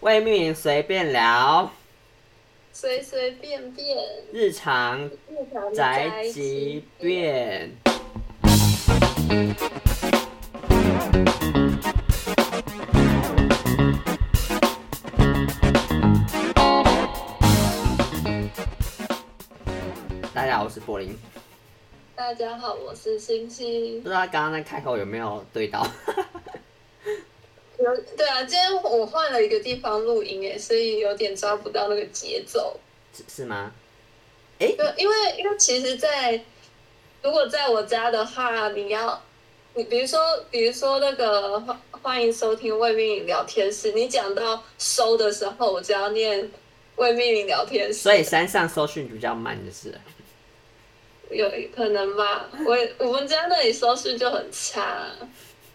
未命名随便聊随随便便，日常日常宅急急。便。大家好，我是柏林。大家好，我是星星不。知道刚刚在开口有没有对到？ 有对啊，今天我换了一个地方录音诶，所以有点抓不到那个节奏。是是吗？就因为因为其实在，如果在我家的话，你要你比如说比如说那个欢欢迎收听未命名聊天室，你讲到收的时候，我就要念未命名聊天室。所以山上搜讯比较慢，就是了。有可能吧，我也我们家那里收视就很差，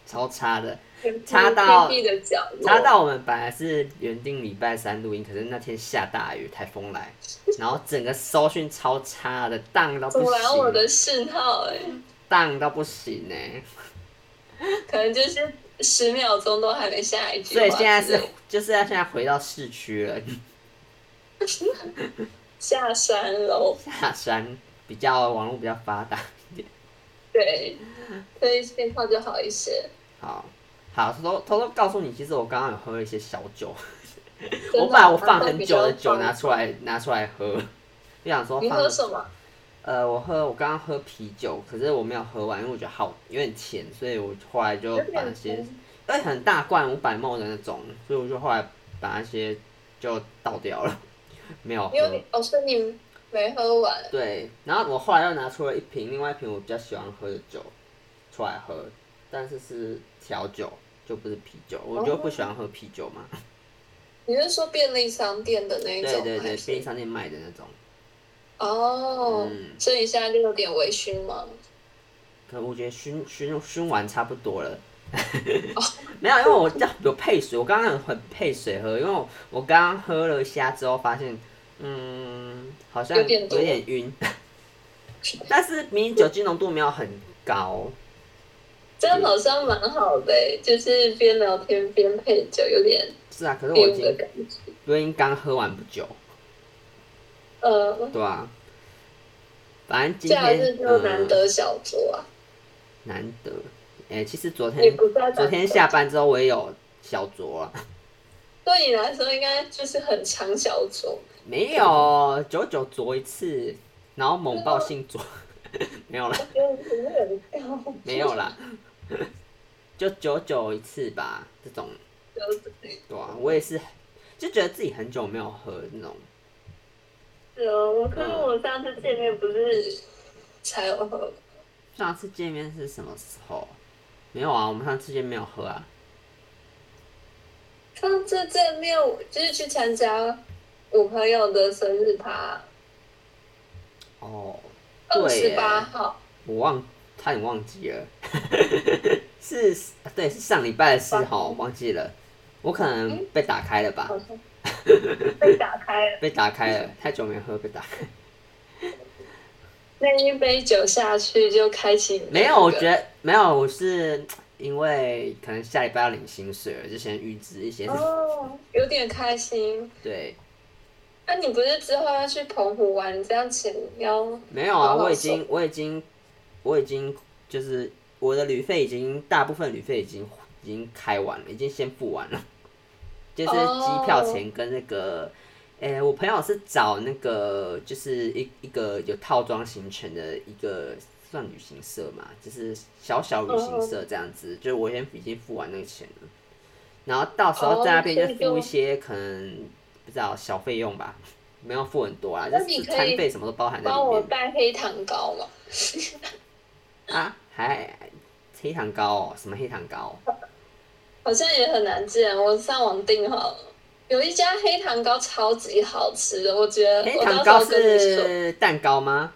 超差的。差到偏僻的角落，查到我们本来是原定礼拜三录音，可是那天下大雨，台风来，然后整个搜讯超差的，荡到不阻拦我行，啊的讯号、欸，荡到不行欸呢、可能就是十秒钟都还没下一句所话以之类的。现在是就是要现在回到市区了， 下山喽，下山比较网络比较发达一点。对，所以信号就好一些。好，好，偷偷偷偷告诉你，其实我刚刚有喝一些小酒，真我的把我吗放都很比久的较酒放拿出来拿出来喝，就想说你放喝什么？呃，我喝我刚刚喝啤酒，可是我没有喝完，因为我觉得好有点甜，所以我后来就有点把那些，甜因为很大罐五百沫的那种，所以我就后来把那些就倒掉了，没有喝因。为你哦，所以你没喝完，对，然后我后来又拿出了一瓶另外一瓶我比较喜欢喝的酒出来喝，但是是调酒，就不是啤酒，我就不喜欢喝啤酒嘛。哦你是说便利商店的那一对种对对，还是便利商店卖的那种，哦，嗯所以你现在就有点微醺吗？可我觉得熏熏熏完差不多了。哦 没有，因为我叫有配水，我刚刚有很配水喝，因为我我刚刚喝了虾之后发现，嗯，好像有有点多点 晕，但是明明酒精浓度没有很高，这样好像蛮好的、欸，就是边聊天边配酒，有点是啊，可是我已晕哎的经感觉。我已经刚喝完不久，呃，对啊，反正今假天日就难呃、得小酌啊，难得，哎、其实昨也天不在昨天下班之后我也有小酌啊。对你来说应该就是很常小酌，没有，九九啄一次，然后猛爆性啄， 没有啦，因为频率很哎高。没有啦，就九九一次吧，这种嗯就是对啊，我也是，就觉得自己很久没有喝那种，呃，我跟我上次见面不是才哦有喝，上次见面是什么时候？没有啊，我们上次见面没有喝啊，上次见面我就是去参加我朋友的生日趴，哦，二对耶十八号，我忘，差点忘记了， 是，对，是上礼拜的事哈，忘记了，我可能被打开了吧，好像被打开了，被打开了，太久没喝被打开。那一杯酒下去就开启你的没有，我觉那个得没有，我是因为可能下礼拜要领薪水了，就先预支一些。哦，有点开心。对，那、你不是之后要去澎湖玩？你这样请要没有好啊，好我已经，我已经，我已经就是我的旅费已经大部分旅费已经已经开完了，已经先付完了， 就是哦机票钱跟那个。诶、我朋友是找那个，就是一一个有套装行程的一个算旅行社嘛，就是小小旅行社这样嗯子。就是我先已经付完那个钱了，然后到时候在那边哦就所以就付一些可能不知道小费用吧，没有付很多啊啦，就那你是可以餐费什么都包含在帮里我面带黑糖糕吗？啊。还黑糖糕哦，什么黑糖糕？好像也很难见，我上网订好了。有一家黑糖糕超级好吃的，我觉得黑我糖到糕时候跟你说，是蛋糕吗？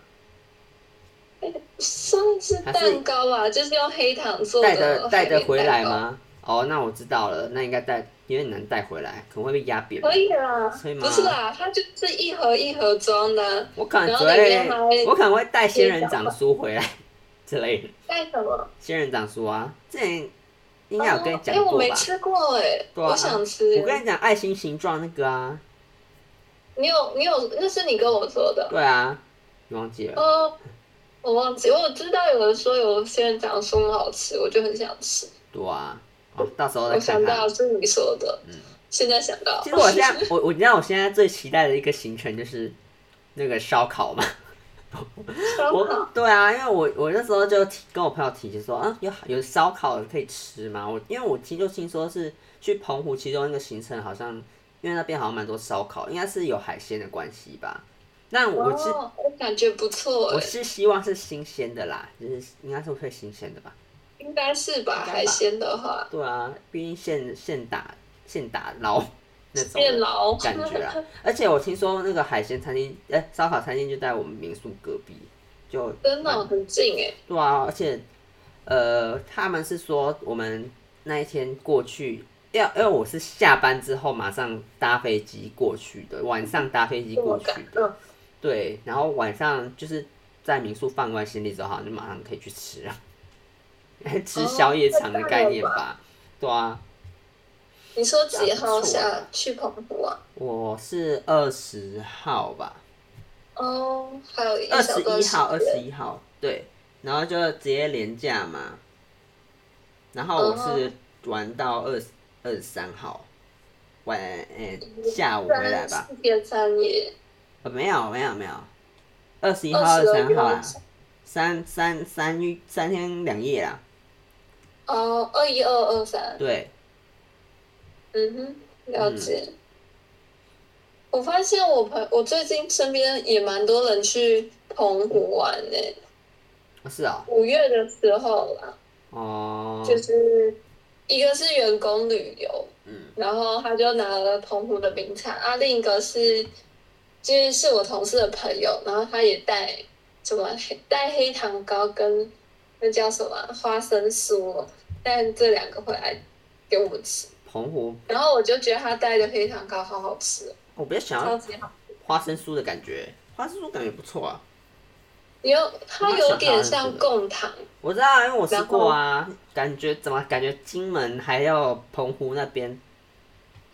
算是蛋糕吧，就是用黑糖做带着的。带着回来？吗？哦，那我知道了，那应该带有点难带回来，可能会被压扁。可以啦可以，吗啊不是啦，它就是一盒一盒装的。我可能然只后里面还会，我可能会带仙人掌酥回来之类的。带什么？仙人掌酥啊，之前应该有跟你讲哎、我过没吧？吃过哎、对啊我想吃我。跟你讲，爱心形状那个啊，你有你有，那是你跟我说的。对啊，你忘记了？哦，我忘记，我知道有人说有些人讲说很好吃，我就很想吃。对啊，哦，到时候再我看想看到。是你说的，嗯现在想到其实我现在，我我你知道我现在最期待的一个行程就是那个烧烤嘛。烧烤我对啊，因为我我那时候就提跟我朋友提起说，啊，有有烧烤可以吃吗？我因为我听就听说是去澎湖其中一个行程，好像因为那边好像蛮多烧烤，应该是有海鲜的关系吧。那我是、哦，我感觉不错我哎、是希望是新鲜的啦，就是应该是会新鲜的吧。应该是吧？应该吧海鲜的话，对啊，毕竟现现打现打捞 那种变老感觉 啊。而且我听说那个海鲜餐厅，哎、烧烤餐厅就在我们民宿隔壁，就真的蛮很近哎、对啊，而且呃，他们是说我们那一天过去，要因为我是下班之后马上搭飞机过去的，晚上搭飞机这么嗯过嗯去感的，动。对，然后晚上就是在民宿放完行李之后，好像就马上可以去吃了， 吃宵夜场的概念吧，对啊，你说几号这样不错下啊去澎湖啊？我是二十号吧，哦，还有一二小十段一时号，二十间。一号，对，然后就直接连假嘛。然后我嗯是玩到二二十三号，晚诶、嗯下午回来吧？四天三夜，呃、没有没有没有，二十一号、二二十十三号啦，三三三一三天两夜啦。哦，二一二二三，对，嗯哼，了解。我发现我朋我最近身边也蛮多人去澎湖玩诶、哦是哦，五月的时候啦，哦，就是一个是员工旅游，嗯然后他就拿了澎湖的名产啊，另一个是就是是我同事的朋友，然后他也带什么黑带黑糖糕跟那叫什么啊花生酥，带这两个回来给我们吃，澎湖，然后我就觉得他带的黑糖糕好好吃哦，我比较想超要级好。花生酥的感觉，花生酥感觉不错啊。你有它有点像贡糖，我知道啊，因为我吃过啊，感觉怎么感觉金门还有澎湖那边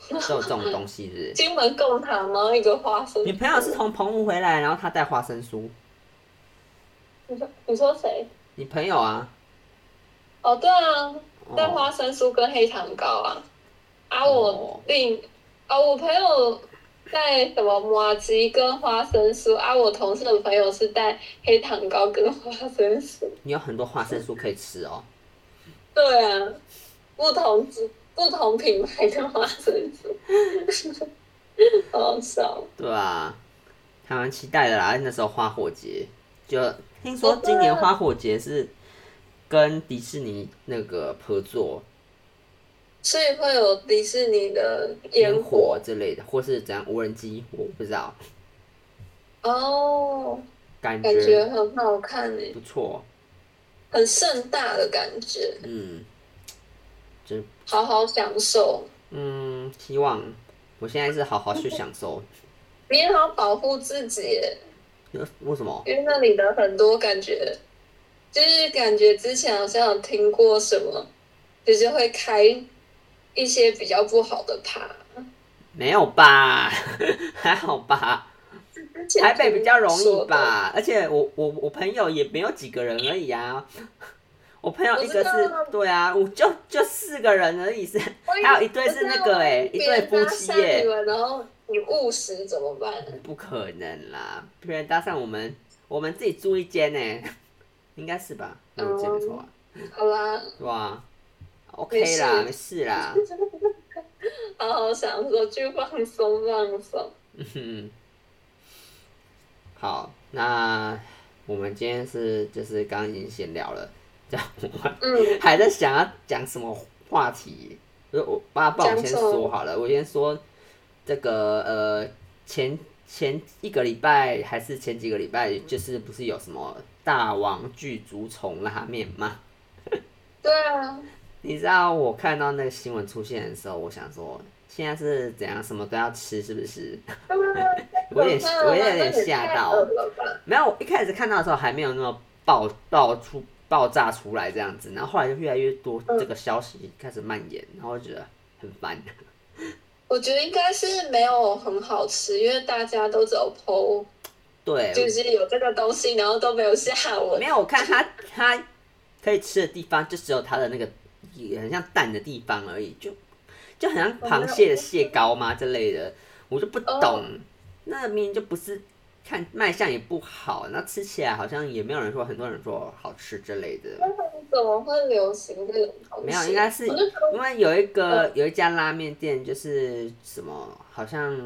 都有这种东西 是不是金门贡糖，然后一个花生酥。你朋友是从澎湖回来，然后他带花生酥，你说你说谁？你朋友啊？哦，对啊，带哦，花生酥跟黑糖糕啊。啊，哦我另啊，我朋友带什么麻吉跟花生酥啊，我同事的朋友是带黑糖糕跟花生酥。你有很多花生酥可以吃哦。对啊，不同之不同品牌的花生酥， 好笑。对啊，还蛮期待的啦。那时候花火节，就听说今年花火节是跟迪士尼那个合作所以会有迪士尼的烟烟火之类的，或是怎样无人机，我不知道，哦，感感觉觉很好看诶，不错。很盛大的感觉，嗯，真好好享受。嗯，希望我现在是好好去享受。你也好保护自己耶，呃为什么？因为那里的很多感觉，就是感觉之前好像有听过什么，就是会开一些比较不好的趴。没有吧？ 还好吧？之前台北比较容听易说的？吧？而且我我我朋友也没有几个人而已啊。我朋友一个我知道啊是，对啊，我就就四个人而已是，我以为还有一对是那个哎、一对夫妻别人搭讪耶、你们然后你误食怎么办？不可能啦！别人搭上我们，我们自己住一间呢、欸应该是吧？哦我有记得错啊，好啦，对啊，OK 啦，没事啦，好好享受，去放松放松。嗯 哼，好，那我们今天是就是刚刚已经闲聊了，这样我嗯，还在想要讲什么话题，我我爸爸我讲先什么说好了，我先说这个呃前前一个礼拜还是前几个礼拜，就是不是有什么大王巨足虫拉面吗？对啊，你知道我看到那个新闻出现的时候，我想说现在是怎样什么都要吃是不是？ 我 有点我有点吓到那也太恶了吧没有，我一开始看到的时候还没有那么爆爆出爆炸出来这样子，然后后来就越来越多这个消息开始蔓延，然后觉得很烦。 我觉得应该是没有很好吃，因为大家都只有 PO，对，就是有这个东西，然后都没有下文没。有，我看它它可以吃的地方就只有它的那个也很像蛋的地方而已，就就很像螃蟹的蟹膏嘛之类的，我就不哦懂。那明明就不是看卖相也不好，那吃起来好像也没有人说，很多人说好吃之类的。怎么会流行这种东西？没有，应该是我就觉因为有一个有一家拉面店，就是什么好像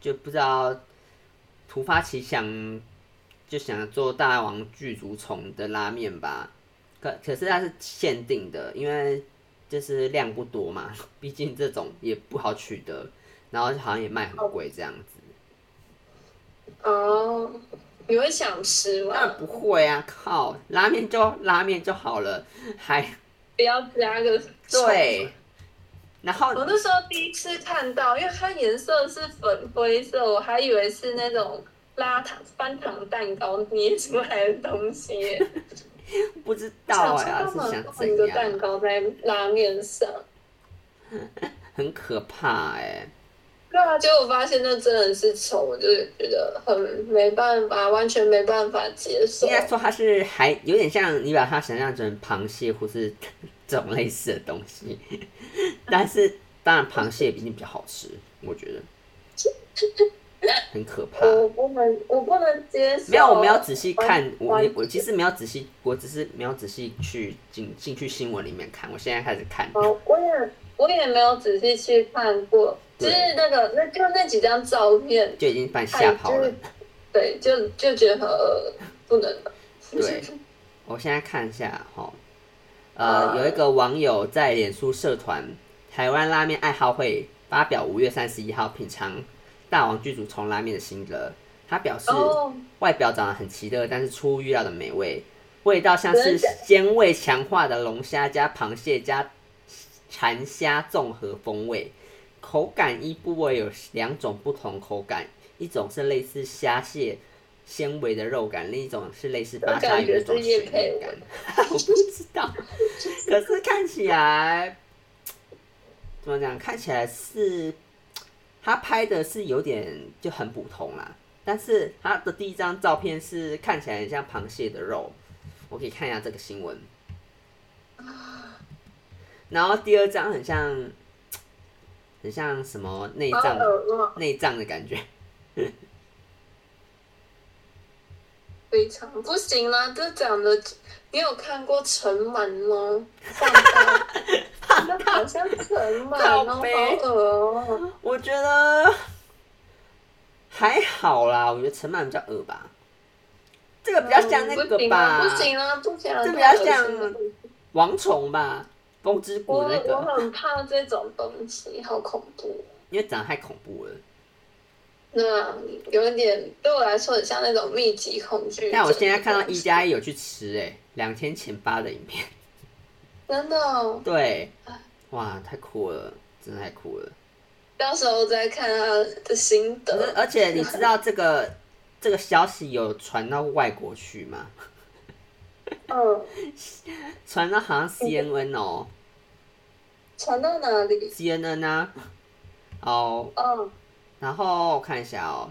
就不知道突发奇想，就想做大王巨足虫的拉面吧。可可是它是限定的，因为就是量不多嘛， 毕竟这种也不好取得，然后好像也卖很贵这样子。得哦，你会想吃当吗然？不会啊，靠，拉面就拉面就好了，还不要加个葱。对，然后我那时候第一次看到，因为它颜色是粉灰色，我还以为是那种拉糖翻糖蛋糕捏出来的东西耶。不知道哎、想啊，说是干嘛想放一个怎样蛋？糕在拉面上？很可怕哎、 对啊，结果发现那真的是丑，我就是觉得很没办法，完全没办法接受应。该说它是还有点像你把它想象成螃蟹或是这种类似的东西， 但是当然螃蟹毕竟比较好吃，我觉得很可怕。我不能，我不能接受。没有，我没有仔细看，我完也我其实没有仔细，我只是没有仔细去进进去新闻里面看，我现在开始看。哦，我也我也没有仔细去看过，就对是那个那就那几张照片，就已经把你吓跑了。对，就就觉得很呃不能了。对，我现在看一下哈，呃，有一个网友在脸书社团“台湾拉面爱好会”发表五月三十一号品尝大王剧组从拉面的心得。他表示，哦，外表长得很奇特，但是出乎预料的美味，味道像真是的假鲜味强化的龙虾加螃蟹加蝉虾综合风味，口感一部位有两种不同口感，一种是类似虾蟹纤维的肉感，另一种是类似巴沙鱼的那种这感觉是叶水佩嫩感。 我不知道，可是看起来怎么讲？看起来是他拍的是有点就很普通啦，但是他的第一张照片是看起来很像螃蟹的肉，我可以看一下这个新闻。然后第二张很像，很像什么内好脏恶啊，内脏的感觉，非常不行啦，这长得你有看过陈满吗？放大那好像陈满靠哦，好背恶哦。我觉得还好啦，我觉得陈曼比较恶吧，这个比较像那个吧，不行啊，不行啊，这不行啊比较太恶像心了王虫吧，风之我谷那我个，很怕这种东西，好恐怖。因为长得太恐怖了。那有一点对我来说很像那种密集恐惧症。但我现在看到一加一有去吃、哎，两天前发的影片， 真的哦、对，哇，太酷了，真的太酷了。到时候再看他的心可是 得。而且你知道这个这个消息有传到外国去吗？嗯，传到好像 CNN 哦传到哪里？ ，CNN 啊，哦，嗯，然后我看一下哦，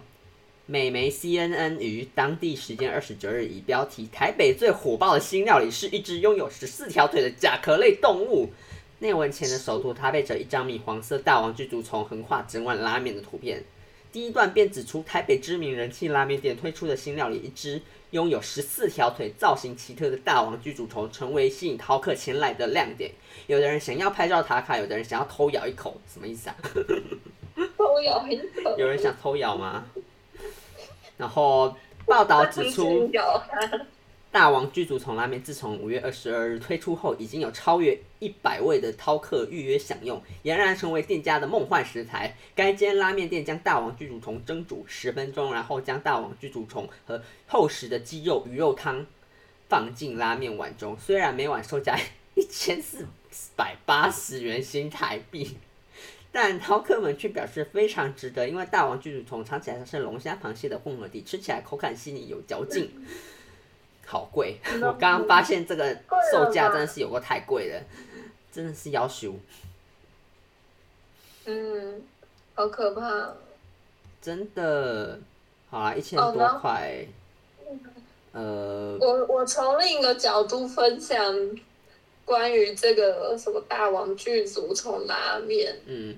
美媒 CNN 于当地时间二十九日以标题“台北最火爆的新料理是一只拥有十四条腿的甲壳类动物”内文前的首图搭配着一张米黄色大王巨足虫横跨整碗拉面的图片。第一段便指出台北知名人气拉面店推出的新料理一只拥有十四条腿、造型奇特的大王巨足虫，成为吸引饕客前来的亮点。有的人想要拍照打卡，有的人想要偷咬一口，什么意思啊？我咬一口。有人想偷咬吗？然后报道指 出，咬大王居足虫拉面自从五月二十二日推出后，已经有超越一百位的饕客预约享用，俨然成为店家的梦幻食材。该间拉面店将大王居足虫蒸煮十分钟，然后将大王居足虫和厚实的鸡肉鱼肉汤放进拉面碗中。虽然每碗售价一千四百八十元新台币，但饕客们却表示非常值得，因为大王巨足虫尝起来像是龙虾、螃蟹的混合体，吃起来口感细腻有嚼劲。好贵！真的我刚刚发现这个贵了售价吧真的是有过太贵了，真的是要求，嗯，好可怕哦。真的，好啦，一千哦多然后块，呃，我我从另一个角度分享关于这个什么大王剧组从拉面，嗯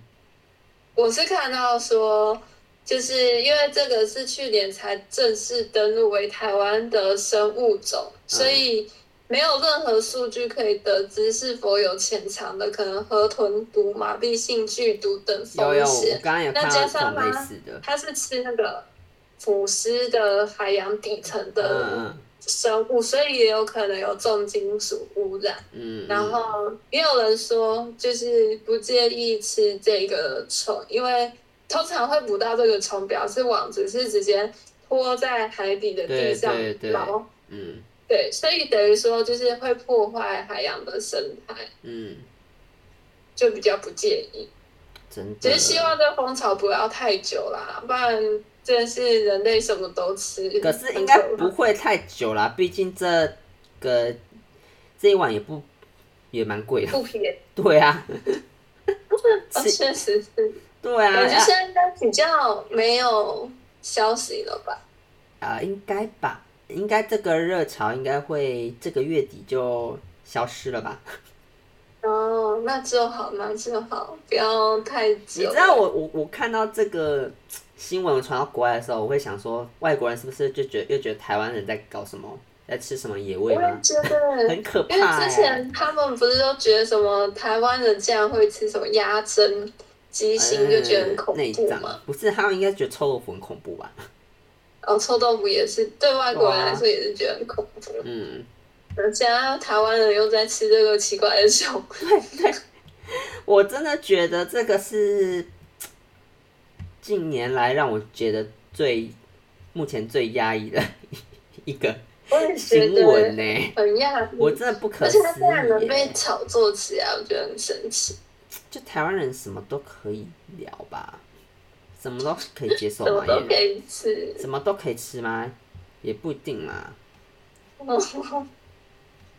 我是看到说，就是因为这个是去年才正式登录为台湾的生物种，所嗯以没有任何数据可以得知是否有潜藏的可能河豚毒、麻痹性剧毒等有风有，我险。刚刚有那看到加这上种类它似的，它是吃那个腐尸的海洋底层嗯的嗯生物，所以也有可能有重金属污染。嗯，然后也有人说，就是不建议吃这个虫，因为通常会捕到这个虫，表示网子是直接拖在海底的地上，对对对然后嗯对，所以等于说就是会破坏海洋的生态，嗯，就比较不建议。真的，只是希望这风潮不要太久啦，不然真的是人类什么都吃。可是应该不会太久啦，毕竟这个这一碗也不也蛮贵的。不便对啊，哦，是确实是，对啊感觉啊现，在应该比较没有消息了吧。啊、应该吧，应该这个热潮应该会这个月底就消失了吧？哦，那就好，那就好，不要太你久。知道我我我看到这个新闻传到国外的时候，我会想说，外国人是不是就觉得又觉得台湾人在搞什么，在吃什么野我味也吗？觉得，很可怕、因为欸。之前他们不是都觉得什么台湾人竟然会吃什么鸭胗、鸡心，就觉得很恐嗯哎内怖脏嘛。不是，他们应该觉得臭豆腐很恐怖吧？哦，臭豆腐也是，对外国人哇来说也是觉得很恐怖。嗯，而且台湾人又在吃这个奇怪的熊，我真的觉得这个是近年来让我觉得最目前最压抑的一个我也觉新闻得呢、很讶我异。真的不可而思且他竟然能议、被耶炒作起来，我觉得很神奇。就台湾人什么都可以聊吧，什么都可以接受什么吗？都可也以吃，什么都可以吃吗？也不一定嘛。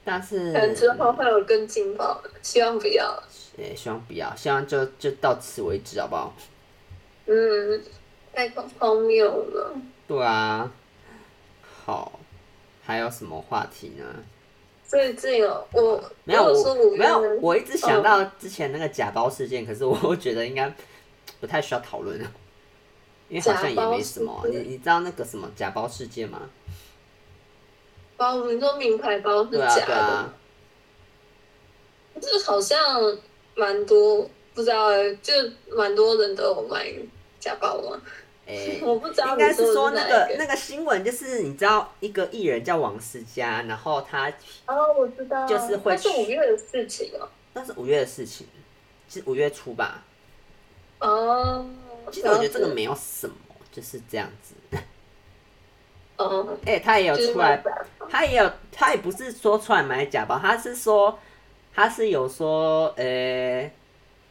但是可能之后会有更劲爆的，希望不要。呃希望不要，希望就就到此为止，好不好？嗯，太荒谬了。对啊，好，还有什么话题呢？最近哦，我没有，如果说嗯我五没月有，我一直想到之前那个假包事件，可是我我觉得应该不太需要讨论了，因为好像也没什么啊。假包事你件你知道那个什么假包事件吗？包，你说名牌包是对啊，假对的，啊，这好像蛮多，不知道欸，就蛮多人都有买假包嘛。诶、我不知道哎应你该是说说的那是个哪一那个新闻，就是你知道一个艺人叫王思佳，然后他哦，我知道，就是会那是五月的事情哦。那是五月的事情，是五月初吧？哦，其实我觉得这个了解，没有什么，就是这样子。哦，哎、他也有嗯就是出来买假包他也有，他也不是说出来买假包，他是说，他是有说，呃、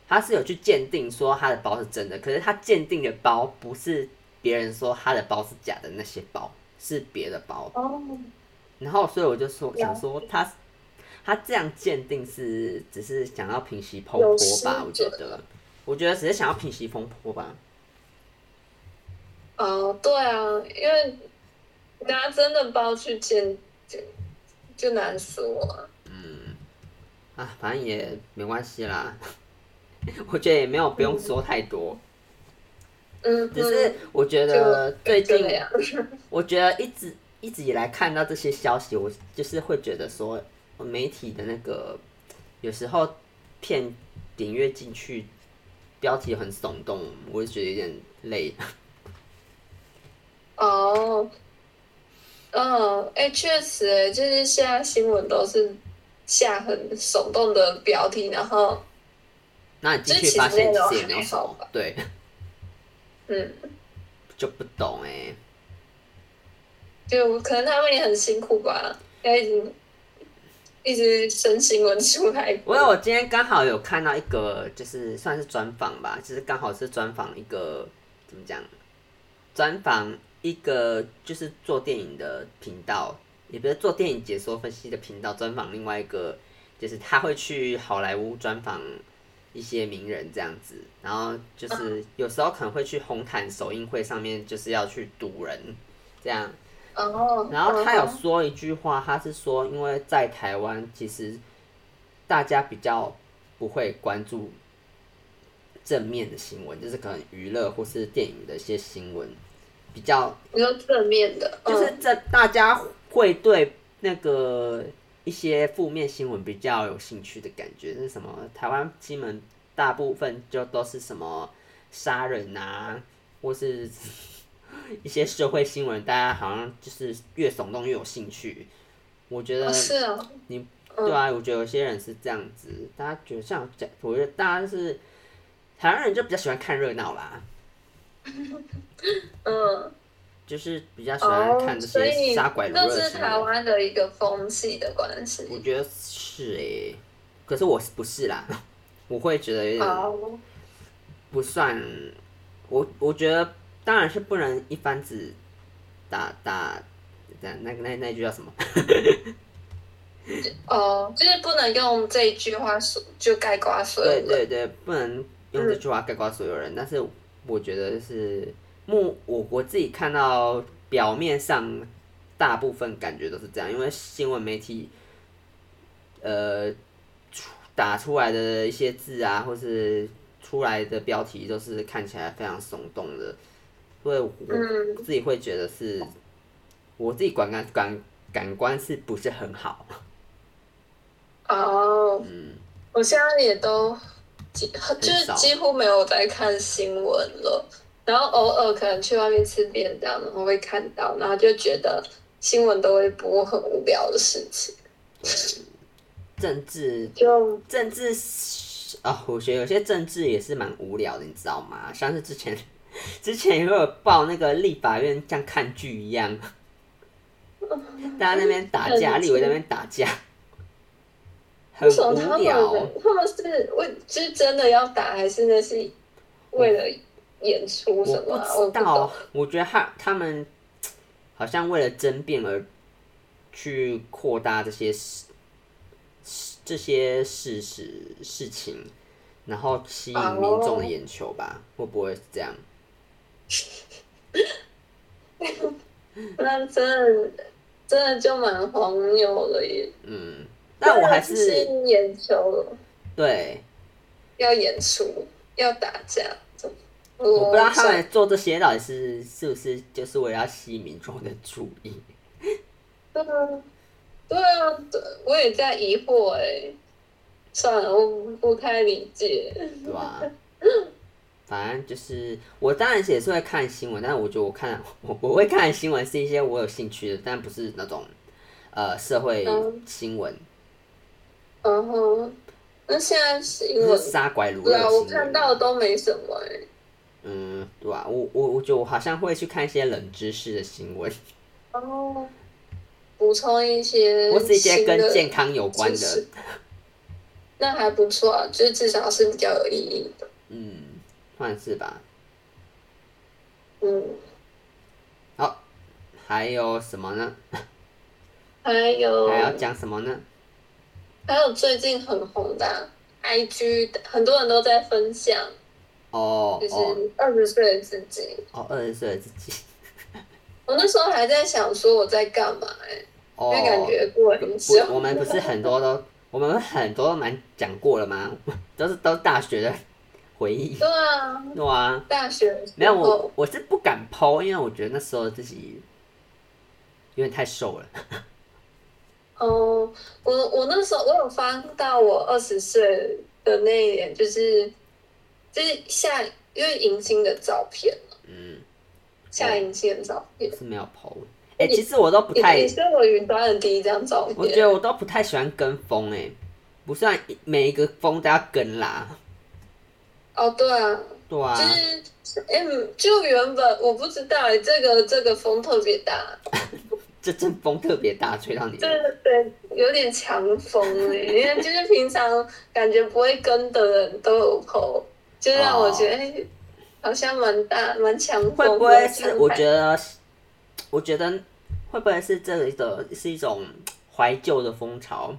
他是有去鉴定说他的包是真的，可是他鉴定的包不是别人说他的包是假的那些包，是别的包。哦，然后，所以我就说想说他他这样鉴定是只是想要平息风有波失吧？我觉准得，我觉得只是想要平息风波吧。哦，对啊，因为拿真的包去见，就就难死我了。啊，反正也没关系啦， 我觉得也没有不用说太多。嗯，只是我觉得最就近那，样，我觉得一直一直以来看到这些消息，我就是会觉得说，媒体的那个有时候骗点阅进去，标题很耸动，我就觉得有点累。 哦，嗯，哎，确实，哎，就是现在新闻都是下很耸动的标题，然后，那你进去发现其实也没有什么，对， 嗯，就不懂哎、就可能他们也很辛苦吧，要一直一直生新闻出来。我有，我今天刚好有看到一个，就是算是专访吧，就是刚好是专访一个怎么讲，专访一个就是做电影的频道，也不是做电影解说分析的频道专访另外一个，就是他会去好莱坞专访一些名人这样子，然后就是有时候可能会去红毯首映会上面，就是要去堵人这样。哦，然后他有嗯说一句话，他是说，因为在台湾其实大家比较不会关注正面的新闻，就是可能娱乐或是电影的一些新闻，比较你说正面的，嗯就是这大家会对那个一些负面新闻比较有兴趣的感觉，是什么？台湾新闻大部分就都是什么杀人啊，或是一些社会新闻，大家好像就是越耸动越有兴趣。我觉得哦是啊，你嗯对啊，我觉得有些人是这样子，大家觉得像讲，我觉得大家是台湾人就比较喜欢看热闹啦，嗯，就是比较喜欢哦看，这所些以杀拐掳那掠的是新台闻。湾的一个风气的关系。我觉得是诶、可是我是不是啦， 我会觉得有点哦，不算。我我觉得当然是不能一竿子打打，那那那那句叫什么？哦，就是不能用这一句话说就概括所有对人。对对，不能用这句话概括所有人。但是我觉得是目我我自己看到表面上大部分感觉都是这样，因为新闻媒体呃出打出来的一些字啊，或是出来的标题都是看起来非常耸动的，所以我嗯自己会觉得是我自己感感感感官是不是很好？哦，嗯，我现在也都几就是少几乎没有在看新闻了，然后偶尔可能去外面吃便当，然后会看到，然后就觉得新闻都会播很无聊的事情，对，政治就政治是啊、我觉得有些政治也是蛮无聊的，你知道吗？像是之前 之前也有报那个立法院像看剧一 样，大家那边打架，很立委那边打架，很为什么他无聊们。他们是为就是真的要打，还是那是为了演出我什么啊？我不知不懂道，我觉得他他们好像为了争辩而去扩大这些事事这些事实事情，然后吸引民众的眼球吧？会不会是这样？那真的真的就蛮荒谬了耶。嗯，但我还是是眼球了，对，要演出，要打架，怎么我不知道他想们做这些到底是是不是就是为了要吸引民众的注意？对啊，对啊，对我也在疑惑哎、算了，我不不太理解。对吧、反正就是我当然也是会看新闻，但是我觉得我看 我我会看的新闻是一些我有兴趣的，但不是那种呃社会嗯新闻，然后，那现在新就闻，是杀拐掳对掠啊，的我新看闻。到的都没什么哎、嗯，对吧、我我我觉得我好像会去看一些冷知识的新闻，然后哦补充一些或是一些嗯新跟的健康有关知识的。那还不错啊，就是至少是比较有意义的。嗯，算是吧。嗯，好，还有什么呢？还有还要讲什么呢？还有最近很红的啊 IG，的很多人都在分享，哦就是哦二十岁的自己。哦，二十岁的自己。我那时候还在想说我在干嘛、欸，哦，因为感觉过很久。不，我们不是很多 都，我们很多都蛮讲过了吗？ 都是都是大学的回忆，对啊，对啊。大学的时候没有我，我是不敢剖，因为我觉得那时候自己有点太瘦了。哦，我我那时候我有翻到我二十岁的那一年，就是就是夏，因为迎新的照片，嗯，夏迎新的照片。是没有剖。哎、其实我都不你太你，是我云端的第一张照我觉片，得我都不太喜欢跟风哎、不算每一个风都要跟啦，哦，对啊，对啊就。是，嗯，就原本我不知道欸，这个这个风特别大，这阵风特别大，吹到你这个对有点强风哎、因为就是平常感觉不会跟的人都有口，就让我觉得、欸好像蛮大蛮强风的。会不会是？我觉得得，我觉得会不会是这里的是一种怀旧的风潮？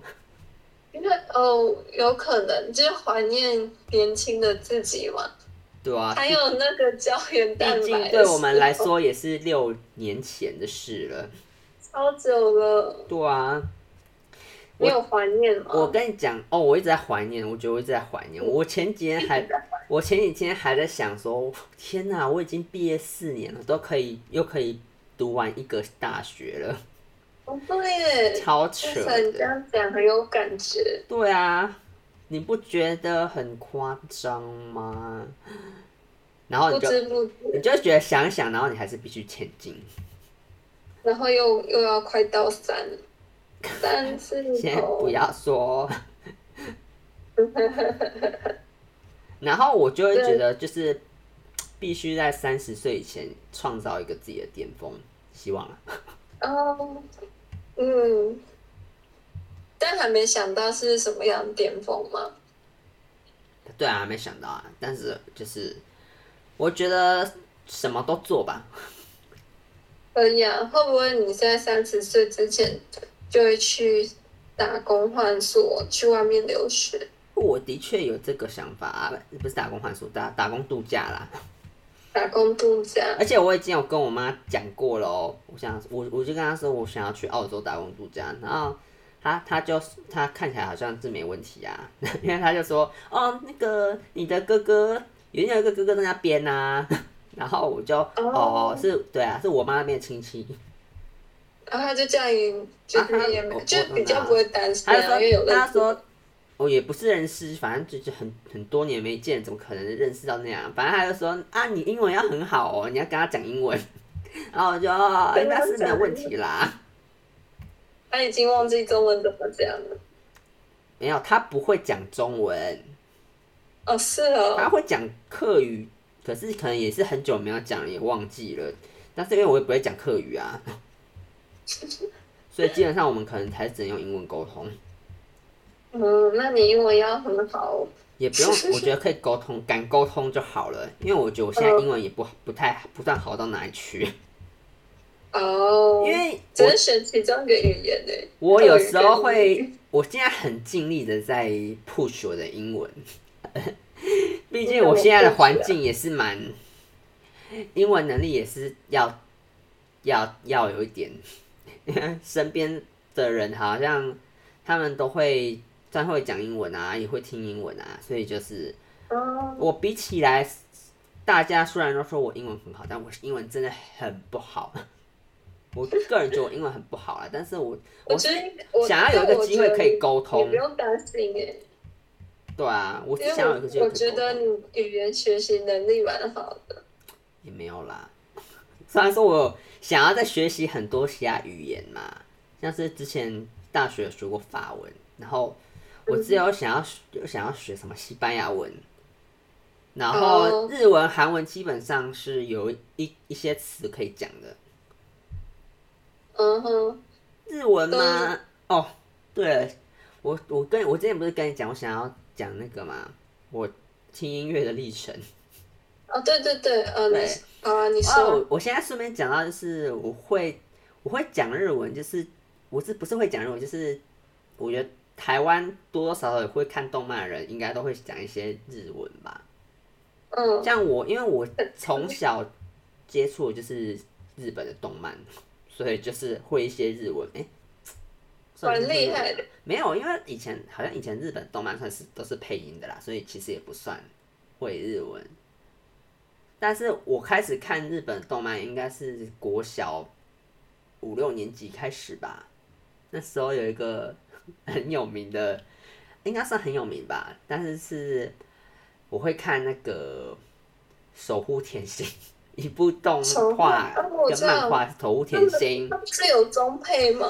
因为哦，有可能就是怀念年轻的自己嘛。对啊，还有那个胶原蛋白，毕竟对我们来说也是六年前的事了。超久了，对啊，你有怀念吗？我跟你讲哦，我一直在怀念，我觉得我一直在怀念。我前几天还， 我前几天还在想说，天哪，我已经毕业四年了，都可以又可以读完一个大学了，哦对耶，超扯哇塞你的。这样讲很有感觉。对啊，你不觉得很夸张吗？然后不你就知不觉，你就觉得想一想，然后你还是必须前进。然后又又要快到三了，三字 先头不，要说。 然后我就会觉得，就是必须在三十岁以前创造一个自己的巅峰，希望啊了。哦，嗯，但还没想到是什么样的巅峰吗？对啊，没想到啊，但是就是我觉得什么都做吧，可以啊，会不会你在三十岁之前就会去打工换宿，去外面留学？我的确有这个想法啊，不是打工换宿，打打工度假啦。打工度假，而且我已经有跟我妈讲过了哦，我想我我就跟她说我想要去澳洲打工度假，然后她她就她看起来好像是没问题啊， 因为她就说哦那个你的哥哥有有一个哥哥在那边呐、啊， 然后我就哦哦是对啊是我妈那边的亲戚，然后他就叫你，就是也没，啊就我我比较不会担心她就啊，因为有说认她识说。我也不是认识，反正就是很很多年没见，怎么可能认识到那样？反正她就说啊，你英文要很好哦，你要跟她讲英文。然后我就哦应该是没有问题啦。他已经忘记中文怎么讲了。没有，他不会讲中文，哦，是他哦，会讲客语，可是可能也是很久没有讲了，也忘记了。但是因为我也不会讲客语啊， 所以基本上我们可能才只能用英文沟通，嗯，那你英文要很好哦。也不用，我觉得可以沟通，敢沟通就好了。因为我觉得我现在英文也不不太不算好到哪里去，哦因为只我是选其中一个语言呢。我有时候客语会，我现在很尽力的在 push 我的英文， 毕竟我现在的环境也是蛮，英文能力也是要要要有一点， 因为身边的人好像他们都会，但会讲英文啊，也会听英文啊，所以就是跟哦，我比起来，大家虽然都说我英文很好，但我英文真的很不好。 我个人觉得我英文很不好啦，但是我我我觉是得我想要有一个机会可以，沟但我通觉得你不，用担心哎，对啊，我只因为想要有一个机我会我可以觉沟得通，你语言学习能力蛮好的。也没有啦。 虽然说我有想要再学习很多其他语言嘛，像是之前大学有学过法文，然后我只有想要有想要学什么西班牙文，然后哦日文、韩文基本上是有一一些词可以讲的，嗯哼，日文吗？哦，对了，我我跟我之前不是跟你讲，我想要讲那个嘛，我听音乐的历程。哦，对对对，嗯，对你好啊，你哦，说，我我现在顺便讲到，就是我会我会讲日文，就是我是不是会讲日文，就是我觉得台湾多多少少也会看动漫的人，应该都会讲一些日文吧。嗯，像我，因为我从小接触的就是日本的动漫， 所以就是会一些日文。哎、算是蛮日文厉害的。没有，因为以前好像以前日本动漫算是都是配音的啦，所以其实也不算会日文。但是我开始看日本动漫应该是国小五六年级开始吧，那时候有一个很有名的，应该算很有名吧，但是是我会看那个《守护甜心》 一部动守护画哦我跟知道漫画《守护甜心》， 他们是有中配吗？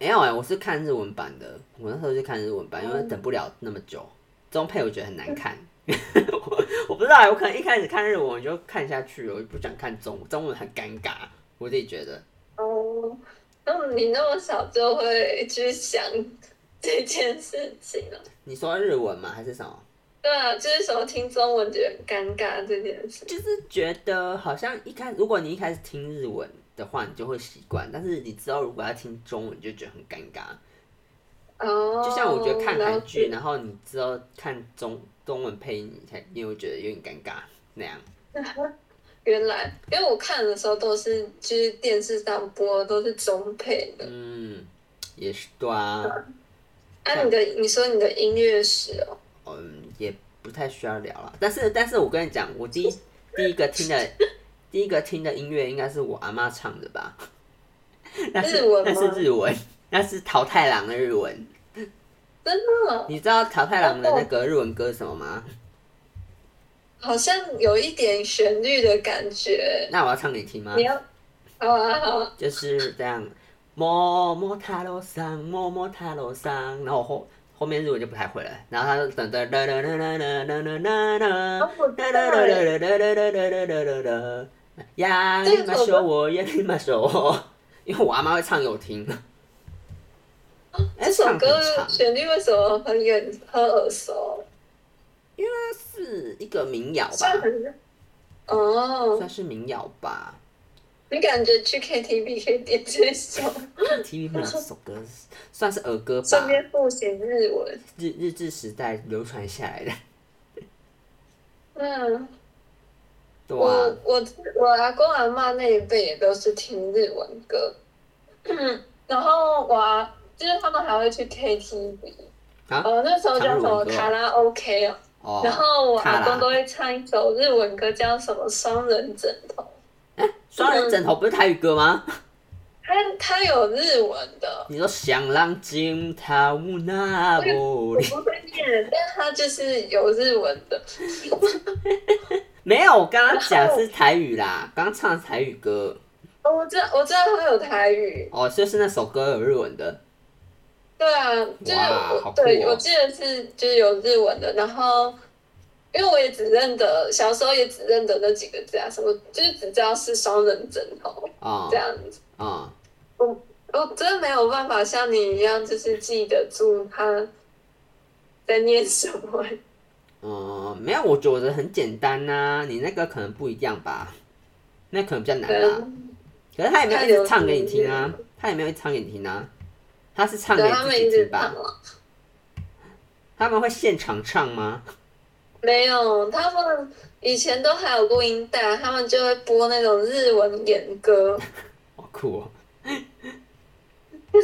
没有哎、我是看日文版的，我那时候就看日文版，因为等不了那么久。中配我觉得很难看， 我我不知道欸、我可能一开始看日文我就看下去了，我就不想看中文，中文很尴尬，我自己觉得。哦，那你那么小就会去想这件事情了、你说日文吗？还是什么？对啊，就是什么听中文觉得很尴尬这件事。就是觉得好像一开始，如果你一开始听日文，的话，你就会习惯。但是你知道，如果要听中文，就觉得很尴尬。哦，就像我觉得看了韩剧，解然后你知道看中中文配音，你才你会觉得有点尴尬那样。原来，因为我看的时候都是就是电视上播都是中配的。嗯，也是对啊，啊，你的你说你的音乐史哦，嗯，也不太需要聊了。但是，但是我跟你讲，我第一第一个听 的，第一个听的音乐应该是我阿妈唱的吧？那是日文那吗是日文，那是桃太郎的日文。真的哦你知道桃太郎的那个日文歌是什么吗？好像有一点旋律的感觉。那我要唱给你听吗你？要好啊好啊，就是这样，么么塔罗桑，么么塔罗桑，然后后后面日文就不太会了，然后他就等等噔噔噔噔噔噔噔噔。哦我知哒哒道哒了哒哒哒哒哒哒哒哒哒，呀你妈手我，呀你妈手我，因为我阿妈会唱给我听。哎这首唱歌很长旋律为什么很远很耳熟？它是一个民谣算吧，很哦，算是民谣吧。你感觉去 KTV 可以点这首， TV 会哪首歌？算是儿歌吧顺，便复习日文。日日治时代流传下来的。嗯，对啊我，我我阿公阿妈那一辈也都是听日文歌，然后我啊就是他们还会去 KTV，啊呃那时候叫唱什日么文歌啊卡拉 OK 哦，然哦，后我卡阿拉公都会唱一首日文歌，叫什么双人枕头，双人枕头不是台语歌吗？他他有日文的，你说想让金塔乌那我不 里？不会念，但他就是有日文的， 没有，我刚刚讲是台语啦，刚刚唱的是台语歌。哦我知道我知道他有台语，哦，就是那首歌有日文的。对啊，就是哇我、好酷对哦我记得是就是有日文的，然后因为我也只认得小时候也只认得那几个字啊，什么就是只知道是双人枕头啊这样子，啊我真的没有办法像你一样就是记得住他在念什么。 嗯，没有，我觉得很简单呐、你那个可能不一样吧，那可能比较难吧。嗯可是他也没有一直唱给你听啊，他也没有一直唱给你听啊，他是唱给对，他自们一己直听唱吧？啊，他们会现场唱吗？没有，他们以前都还有录音带，他们就会播那种日文演歌。好酷哦！就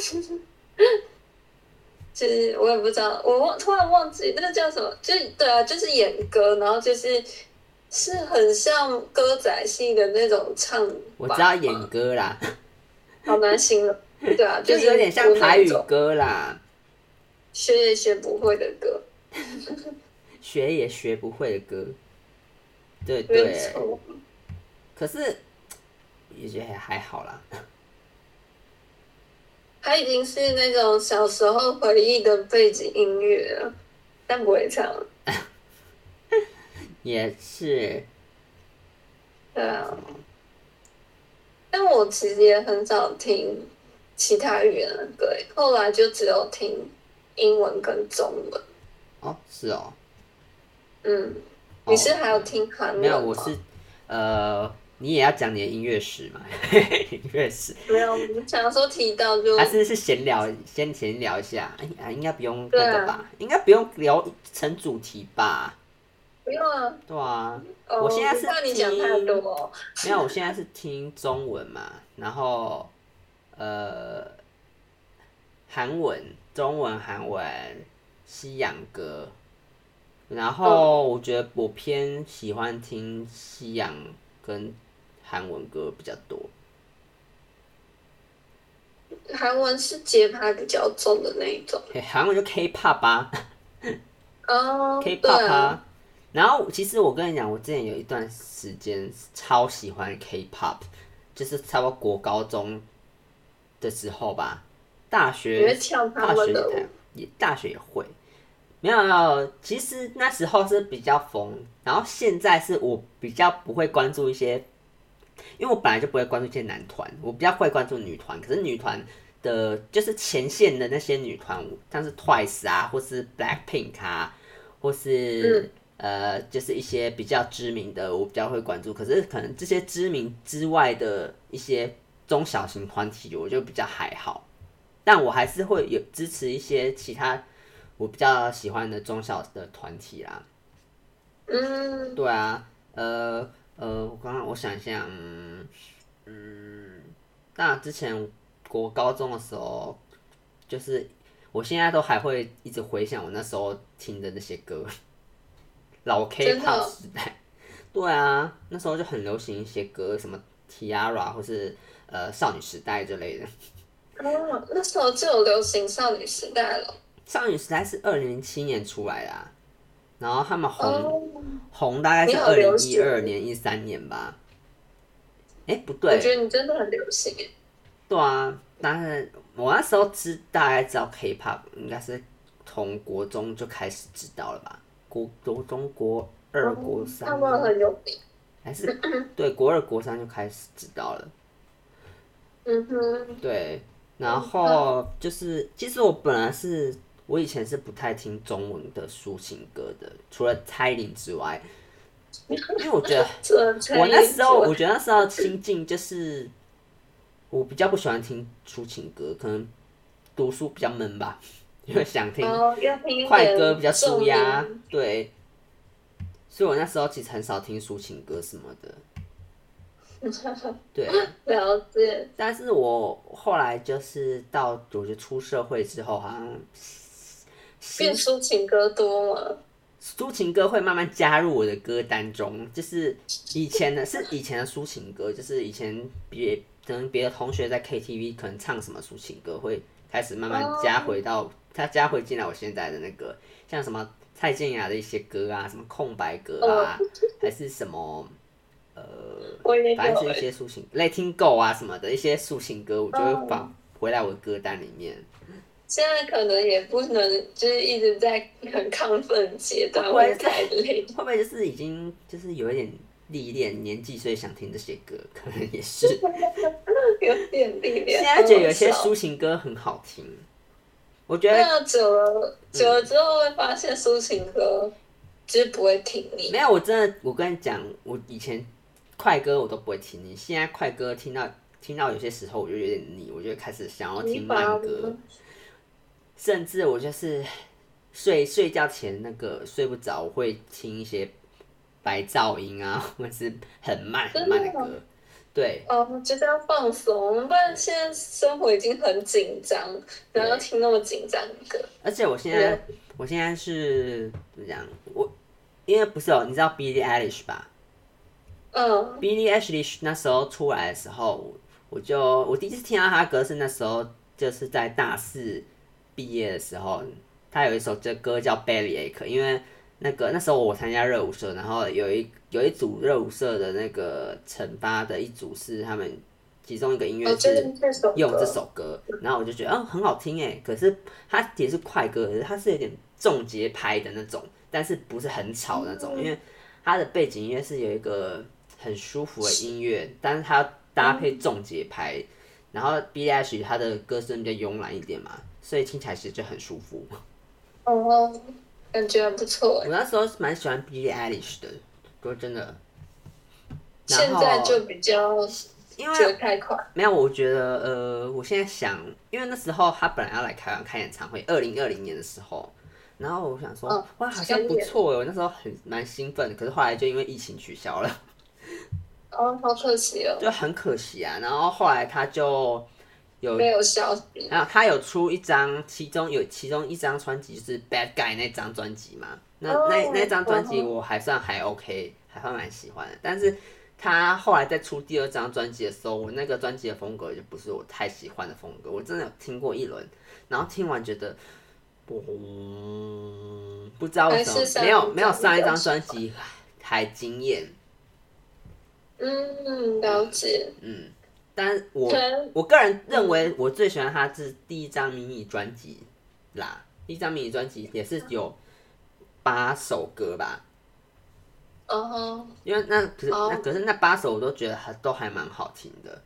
是我也不知道，我忘突然忘记那个叫什么，就是对啊，就是演歌，然后就是是很像歌仔戏的那种唱法，我知道演歌啦，好难形容，对 啊，就是是有点像台语播那种歌啦，学也学不会的歌，学也学不会的歌。对没对，错，可是也觉得还好啦。它已经是那种小时候回忆的背景音乐了，但不会唱，也是，对啊，但我其实也很少听其他语言的歌，后来就只有听英文跟中文。哦，是哦，嗯，哦你是还有听韩文吗没有，我是呃，你也要讲你的音乐史嘛？ 音乐史没有，我想说提到就还是是闲聊，先闲聊一下，哎啊，应该不用对啊那个吧？应该不用聊成主题吧？不用啊。对啊，哦、我现在是怕你讲太多，没有，我现在是听中文嘛，然后呃，韩文、中文、韩文、西洋歌，然后我觉得我偏喜欢听西洋跟韩文歌比较多。韩文是节拍比较重的那一种。嘿韩文就 K-pop 啊哦，对，K-pop 啊，啊。然后其实我跟你讲，我之前有一段时间超喜欢 K-pop，就是差不多国高中的时候吧，大你会学跳他大学们也的舞弹，也大学也会。没有没有，其实那时候是比较疯，然后现在是我比较不会关注一些，因为我本来就不会关注一些男团，我比较会关注女团。可是女团的，就是前线的那些女团，像是 Twice 啊，或是 Blackpink 啊，或是、呃，就是一些比较知名的，我比较会关注。可是可能这些知名之外的一些中小型团体，我就比较还好，但我还是会有支持一些其他我比较喜欢的中小的团体啦。嗯，对啊，呃呃，我刚刚我想一下，嗯嗯，那之前国高中的时候，就是我现在都还会一直回想我那时候听的那些歌， 老 K 真的 p 哦时代。对啊，那时候就很流行一些歌，什么 Tiara 或是呃少女时代之类的。哦，那时候就有流行少女时代了。少女时代是二零零七年出来的、啊，然后他们红、哦，红大概是你二好零流一行二年、一三年吧。哎、不我对，觉得你真的很流行耶。对啊，但是我那时候知大概知道 K-pop 应该是从国中就开始知道了吧？国国中国二国三哦他们很有名。还是对国二国三就开始知道了。嗯哼，对，然嗯后就是其实我本来是我以前是不太听中文的抒情歌的，除了蔡依林之外，因为我 觉得。这我那时候，我觉得那时候心境就是，我比较不喜欢听抒情歌，可能读书比较闷吧， 因为想听哦，要听一点快歌比较舒重压音，对。所以我那时候其实很少听抒情歌什 么的，对。了解，但是我后来就是到我觉得出社会之后，好像变抒情歌多吗？抒情歌会慢慢加入我的歌单中，就是以前的是以前的抒情歌，就是以前别可能别的同学在 KTV 可能唱什么抒情歌，会开始慢慢加回到他加回进来我现在的那个，像什么蔡健雅的一些歌啊，什么空白歌啊， 还是什么我也反正有是一耶，些抒情类听够啊什么的一些抒情歌，我就会哦放回来我的歌单里面。现在可能也不能就是一直在很亢奋阶段，我也会太累。会不会就是已经就是有一点历练年纪，所以想听这些歌，可能也 是。有点力现量。在觉得有些好笑抒情歌很好听，我觉得那久嗯了久了之后会发现抒情歌就是不会听没你，有，我真的，我跟你讲，我以前快歌我都不会听，你现在快歌听到听到有些时候我就有点腻，我就开始想要你听把慢歌，甚至我就是睡睡觉前那个睡不着，我会听一些白噪音啊，或者是很慢很慢的真的歌，对。哦，就是要放松，不然现在生活已经很紧张，然后听那么紧张的歌，而且我现在，我现在是怎么讲？我因为不是哦，你知道 Billie Eilish 吧嗯， ？Billie Eilish 那时候出来的时候，我就我第一次听到她的歌是那时候就是在大四毕业的时候，她有一首这歌叫 Bellyache，因为那个那时候我参加热舞社，然后有一有一组热舞社的那个惩罚的一组是他们其中一个音乐我是哦就是这首歌，用这首歌，然后我就觉得嗯很好听哎，可是它也是快歌，可是它是有点重节拍的那种，但是不是很吵那嗯种，因为它的背景音乐是有一个很舒服的音乐，但是它搭配重节拍，然后 B H 它的歌声比较慵懒一点嘛，所以听起来其实就很舒服。哦，感觉很不错我耶，那时候是蛮喜欢 Billie Eilish 的，说真的。现然后在就比较因为觉得太快，没有，我觉得呃，我现在想，因为那时候他本来要来台湾开演唱会，二零二零年的时候，然后我想说，嗯哇，好像不错哦，我那时候很蛮兴奋的，可是后来就因为疫情取消了，哦，好可惜哦，就很可惜啊。然后后来他就有，没有消息，然后他有出一张，其中有其中一张专辑就是《Bad Guy》那张专辑嘛，那哦那那张专辑嗯哼我还算还 OK，还算蛮喜欢的，但是。他后来在出第二张专辑的时候，我那个专辑的风格就不是我太喜欢的风格。我真的有听过一轮，然后听完觉得，嗯，不知道为什还是么上没一有张没有上一比较张专辑还惊艳。嗯，了解，嗯，但是我可能我个人认为，嗯我最喜欢他是第一张迷你专辑啦，第一张迷你专辑也是有八首歌吧，哦，因为那可是哦那可是那八首我都觉得还都还蛮好听的。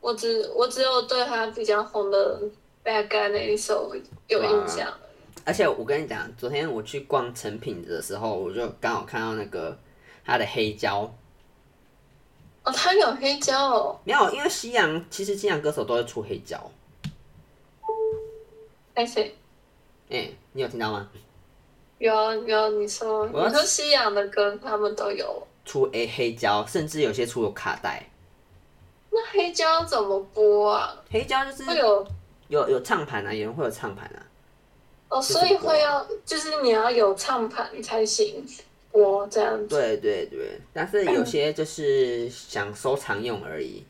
我只我只有对他比较红的《Bad Guy》那一首有印象。啊而且我跟你讲，昨天我去逛成品的时候，我就刚好看到那个他的黑胶，嗯哦，他有黑胶哦，没有，因为西洋其实西洋歌手都会出黑胶。哎谁？哎、你有听到吗？有有，你说我要你说西洋的歌他们都有，出 A 黑胶，甚至有些出有卡带。那黑胶怎么播啊？黑胶就是会有有有唱盘啊，有人会有唱盘啊。哦，是所以怎么播啊会要就是你要有唱盘才行播这样子。对对对，但是有些就是想收藏用而已。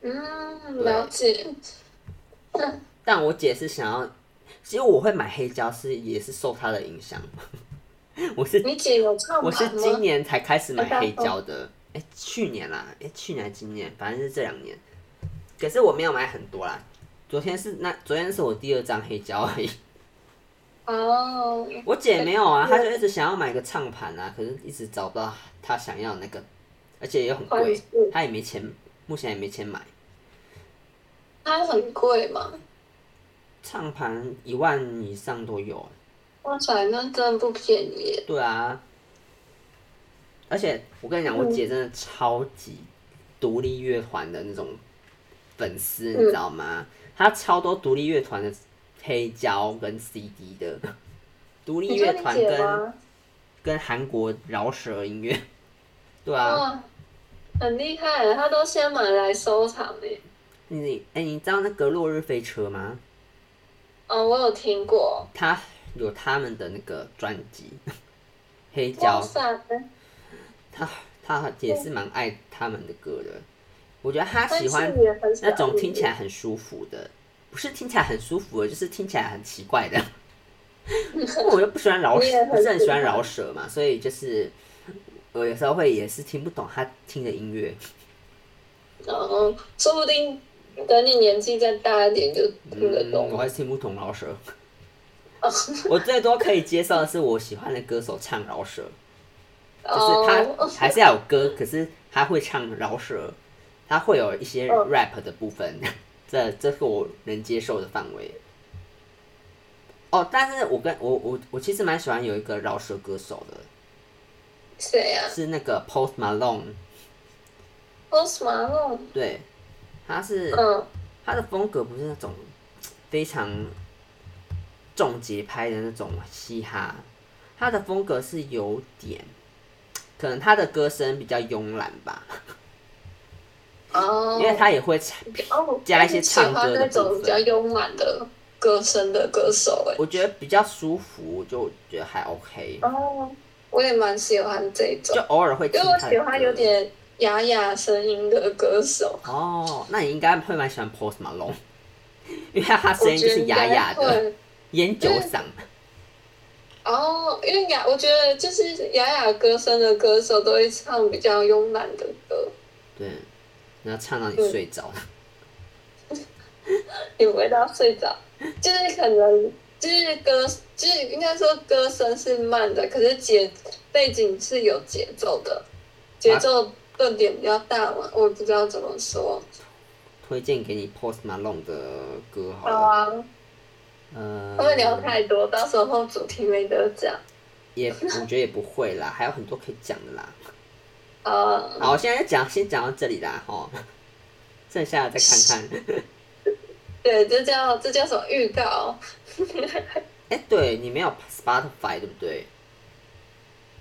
嗯，了解。但我姐是想要，其实我会买黑胶是也是受她的影响。 我是你姐有唱我是盘今吗？年才开始买黑胶的，哎、去年啦，哎、去年还今年，反正是这两年。可是我没有买很多啦，昨天是那昨天是我第二张黑胶而已。 哦，我姐没有啊，她就一直想要买个唱盘啊，可是一直找不到她想要那个，而且也很款贵式，她也没钱，目前也没钱买。它很贵嘛？唱盘一万以上都有、哇塞，那真的不便宜耶。对啊，而且我跟你嗯讲，我姐真的超级独立乐团的那种粉丝，你知道吗？她超多独立乐团的黑胶跟 CD 的，独立你说乐你团姐跟吗？跟韩国饶舌音乐，对啊，哇，很厉害，她都先买来收藏的。你哎、你知道那个落日飞车吗？哦，我有听过。他有他们的那个专辑黑哇胶，塞，他他也是蛮爱他们的歌的。我觉得他但喜欢是也很喜那欢种听起来很舒服的，不是听起来很舒服的，就是听起来很奇怪的。 因为我又不喜欢饶你也舌，很不是很喜欢喜欢饶舌嘛，所以就是我有时候会也是听不懂他听的音乐。嗯，说不定等你年纪再大一点就听得嗯，懂哦我了。还是听不懂饶舌。 我最多可以接受的是我喜欢的歌手唱饶舌，嗯就是他哦，还是要有歌，可是他会唱饶舌，他会有一些嗯 rap 的部分， 这这是我能接受的范围。哦，但是我跟我我我其实蛮喜欢有一个饶舌歌手的，谁啊呀是那个 Post Malone， ？Post Malone。对，他是嗯，他的风格不是那种非常重节拍的那种嘻哈，他的风格是有点，可能他的歌声比较慵懒吧，哦嗯因，为他也会唱，哦，加一些唱歌我喜欢的那部分种比较慵懒的歌声的歌手，哎，我觉得比较舒服，我就觉得还 OK，哦，我也蛮喜欢这种就，偶尔会因听为我他的喜欢歌有点哑哑声音的歌手，哦，那你应该会蛮喜欢 Post Malone，因为他声我音就觉得是应哑该哑的，会。烟酒嗓，哦，因为哑，我觉得就是哑哑歌声的歌手都会唱比较慵懒的歌，对，然后唱到你嗯睡着。你不会到睡着，就是可能就是歌，就是应该说歌声是慢的，可是节背景是有节奏的，啊节奏顿点比较大嘛，我也不知道怎么说。推荐给你 Post Malone 的歌好好了，啊，呃，会不会聊太多？到时候主题没得讲。也我觉得也不会啦，还有很多可以讲的啦。啊，好，我现在就讲先讲到这里啦，哈，剩下的再看看。对，这叫这叫什么预告？哎、对你没有 Spotify 对不对？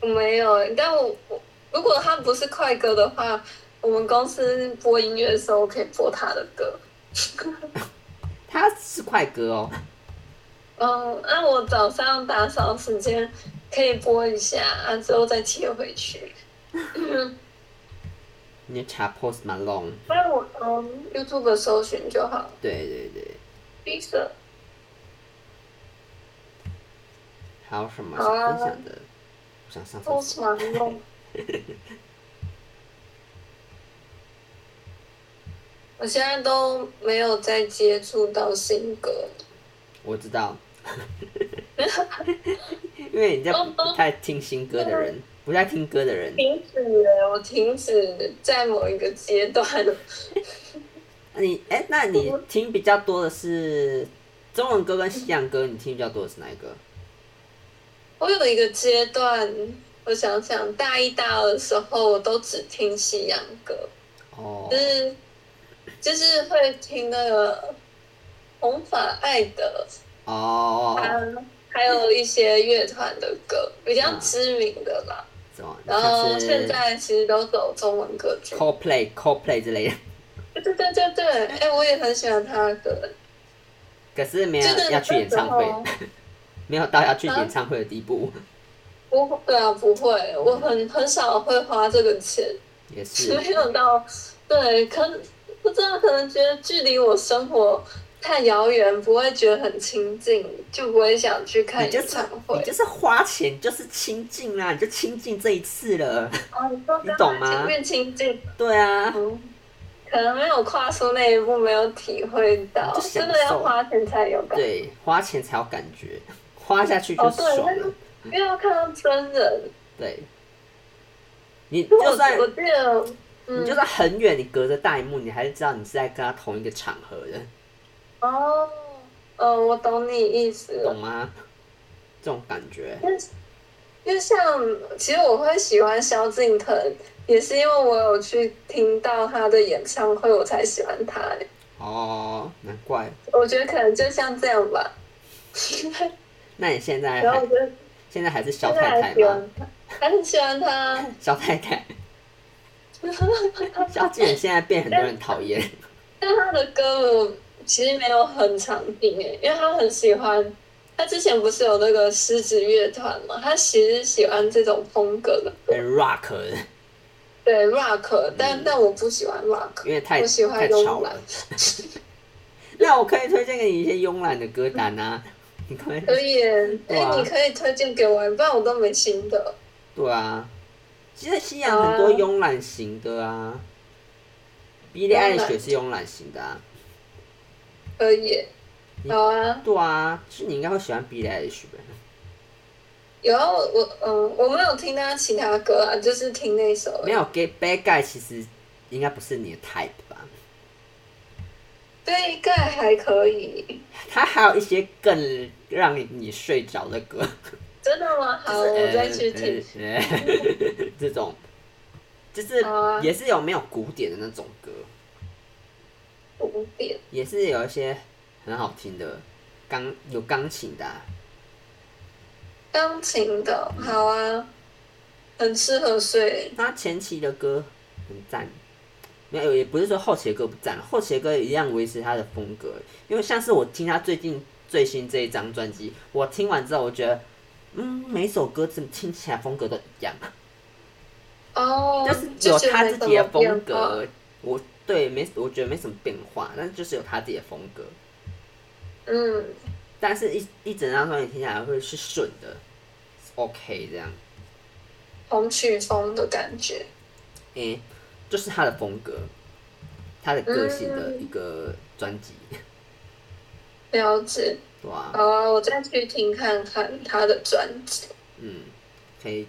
我没有，但我我如果他不是快歌的话，我们公司播音乐的时候可以播他的歌。它是快歌哦，嗯，那我早上打扫时间可以播一下，啊，之后再切回去。你就查 Post Malone，不然我嗯 YouTube 搜寻就好。对对对，绿色，还有什么好啊哦想分享的？我想上都厕所。是蛮弄。 我现在都没有再接触到新歌，我知 道，因为你在哦嗯不太听新歌的人，不太听歌的人，停止了，我停止在某一个阶段。 你哎、那你嗯听比较多的是中文歌跟西洋歌，你听比较多的是哪一个？我有一个阶段我想想，大一、大二的时候，我都只听西洋歌，哦就，是就是会听那个红发爱的，哦，啊，还有一些乐团的歌，比较知名的啦。怎么？然后像是呃现在其实都走中文歌曲。 Coldplay、Coldplay 之类的，对对对对对，哎、我也很喜欢他的歌。可是没就有是要去演唱会那时候， 没有到要啊去演唱会的地步，不会，对啊，不会，我很很少会花这个钱，也是没有到，对，可能不知道，可能觉得距离我生活太遥远，不会觉得很亲近，就不会想去看你就演是唱你会。就是花钱，就是亲近啦，你就亲近这一次了。 哦，你说你懂吗前面亲近，对啊，嗯，可能没有跨出那一步，没有体会到，就享真受的要花钱才有感，对，花钱才有感觉，花下去就哦对爽那了个。因为要看到真人。对，你因为就我算我记得，你嗯就，算很远，你隔着大荧幕，你还是知道你是在跟他同一个场合的，哦，嗯，我懂你意思了懂。吗？这种感觉，因为因为像其实我会喜欢萧敬腾，也是因为我有去听到他的演唱会，我才喜欢他、欸哦，难怪。我觉得可能就像这样吧。 那你现在 然后我还觉得现在还是哎小现在太还太喜吗？欢他，还很喜欢他。小太太，小姐现在被很多人讨厌。但他的歌我其实没有很常听诶、因为他很喜欢。他之前不是有那个狮子乐团嘛？他其实喜欢这种风格的，很 rock 的，对 rock，但、但我不喜欢 rock，嗯因为太我喜欢太慵吵懒了。 那我可以推荐给你一些慵懒的歌单 啊，你可以可以耶，哎、哇你可以推荐给我，不然我都没新的。对啊，其实西洋很多慵懒型的啊，比利爱雪是慵懒型的啊，可以耶，你好啊，对啊，其实你应该会喜欢比利爱雪吧？有啊，我我嗯，我没有听他其他歌啊，就是听那首而已。没有，Get Bad Guy 其实应该不是你的 type 吧？对，盖还可以。他还有一些更让你睡着的歌，真的吗？好，哦我再去听。呃呃 这种，就是好啊也是有没有古典的那种歌。古典，也是有一些很好听的钢有钢琴的啊、钢琴的，好啊，很适合睡。他前期的歌很赞，没有也不是说后期的歌不赞，后期的歌一样维持他的风格。因为像是我听他最近最新这一张专辑，我听完之后我觉得，嗯，每首歌怎么听起来风格都一样，哦，就是有觉得他没自什己的么变风化。格。我对没我觉得没什么变化，但是就是有他自己的风格。嗯，但是一一整张专辑听下来会是顺的是，OK 这样。红曲风的感觉。诶、就是他的风格，他的个性的一嗯个专辑， 了解，对吧、好啊，我再去听看看他的专辑。嗯，可以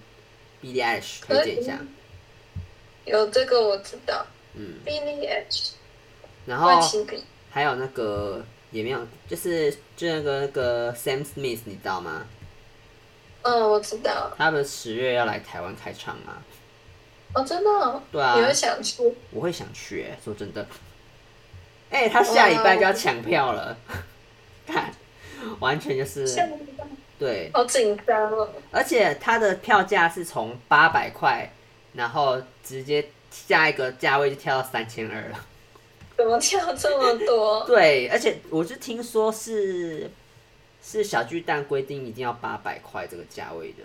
，B D H 推荐一下可，有这个我知道嗯，哦，Billy H 然外后星笔。还有那个也没有，就是就那个那个 Sam Smith，你知道吗？嗯，我知道。他们十月要来台湾开唱吗？哦，真的哦、对啊你会想去？我会想去、欸，说真的，哎、他下礼拜就要抢票了， 看，完全就是下个礼拜对，好紧张哦。而且它的票价是从八百块，然后直接下一个价位就跳到三千二了。怎么跳这么 多？对，而且我是听说是是小巨蛋规定一定要八百块这个价位的，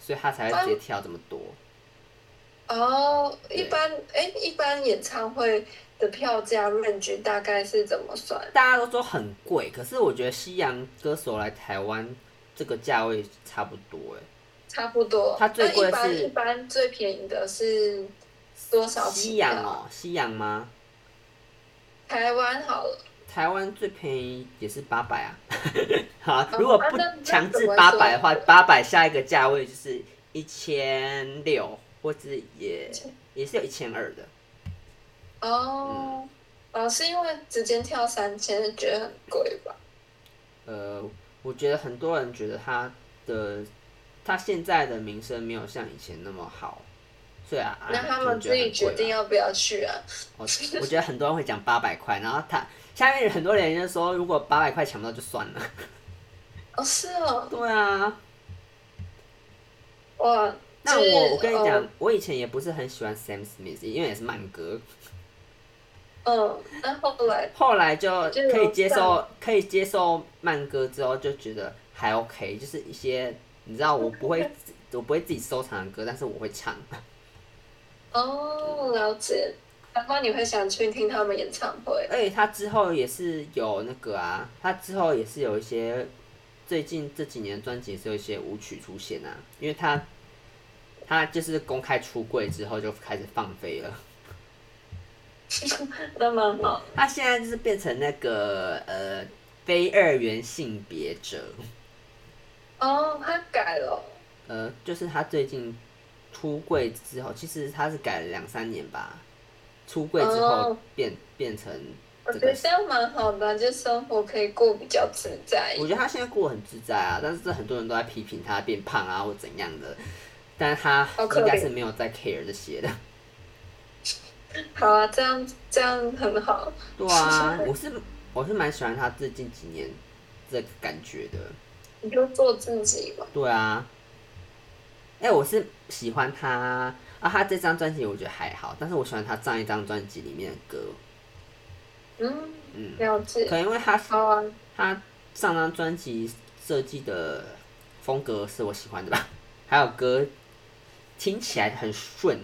所以它才会直接跳这么多。哦，对一般哎，一般演唱会的票价 range 大概是怎么算？大家都说很贵，可是我觉得西洋歌手来台湾这个价位差不多哎、差不多。它最那贵一般是一般最便宜的是多少起西跳？洋哦、西洋吗？台湾好了，台湾最便宜也是八百啊， 好啊哦如果啊不那那强怎制么八说百的话，八百下一个价位就是一千六，或者也也是有一千二的，嗯哦、哦，是因为直接跳三千觉得很贵吧？呃，我觉得很多人觉得他的它现在的名声没有像以前那么好，所以啊，那他们就觉自得己很决贵定啊要不要去啊？我我觉得很多人会讲八百块，然后他下面很多人就说，如果八百块抢不到就算了。 哦，是哦，对啊，哇！那就是我我跟你讲，哦我以前也不是很喜欢 Sam Smith，因为也是慢歌，嗯，那后来后来就就是可以接算受可以接受慢歌之后，就觉得还 OK，就是一些你知道我不会我不会自己收藏的歌，但是我会唱。 哦，了解，难怪你会想去听他们演唱会。而且他之后也是有那个啊，他之后也是有一些最近这几年专辑也是有一些舞曲出现啊，因为他他就是公开出柜之后就开始放飞了，那蛮好，他现在就是变成那个呃非二元性别者，哦，他改了，呃，就是他最近出柜之后，其实他是改了两三年吧，出柜之后哦变、变成我这觉得个这样蛮好的啊，就生活可以过比较自在。我觉得他现在过得很自在啊，但是很多人都在批评他变胖啊或怎样的，但是他好可怜应该是没有在 care 这些 的。好啊，这样这样很好。对啊，我是我是蛮喜欢他最近几年这个感觉的。你就做自己吧。对啊，哎、我是喜欢他啊，他这张专辑我觉得还好，但是我喜欢他上一张专辑里面的歌，嗯，嗯，了可解。能因为他好啊，他上张专辑设计的风格是我喜欢的吧，还有歌听起来很顺。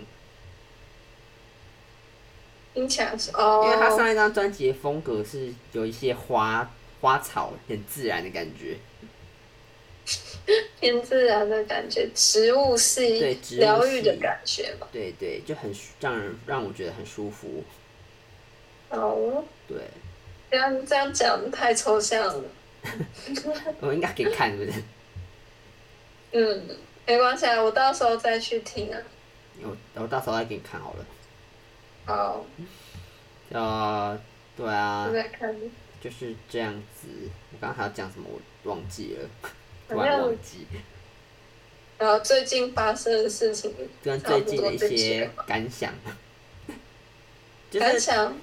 听起来是哦，因为他上一张专辑的风格是有一些花花草很自然的感觉，偏自然的感觉，植物对系植物疗愈的系感觉吧。对对，就很舒让人让我觉得很舒服。哦，对，这样这样讲太抽象了。我应该可以看，是不是？嗯，没关系啊，我到时候再去听啊。我我到时候再给你看好了。好，呃，对啊我，再看。就是这样子。我刚刚还要讲什么，我忘记了，突反然正忘记。然后最近发生的事情，跟差不最多近的一这些些吧感想， 就感是想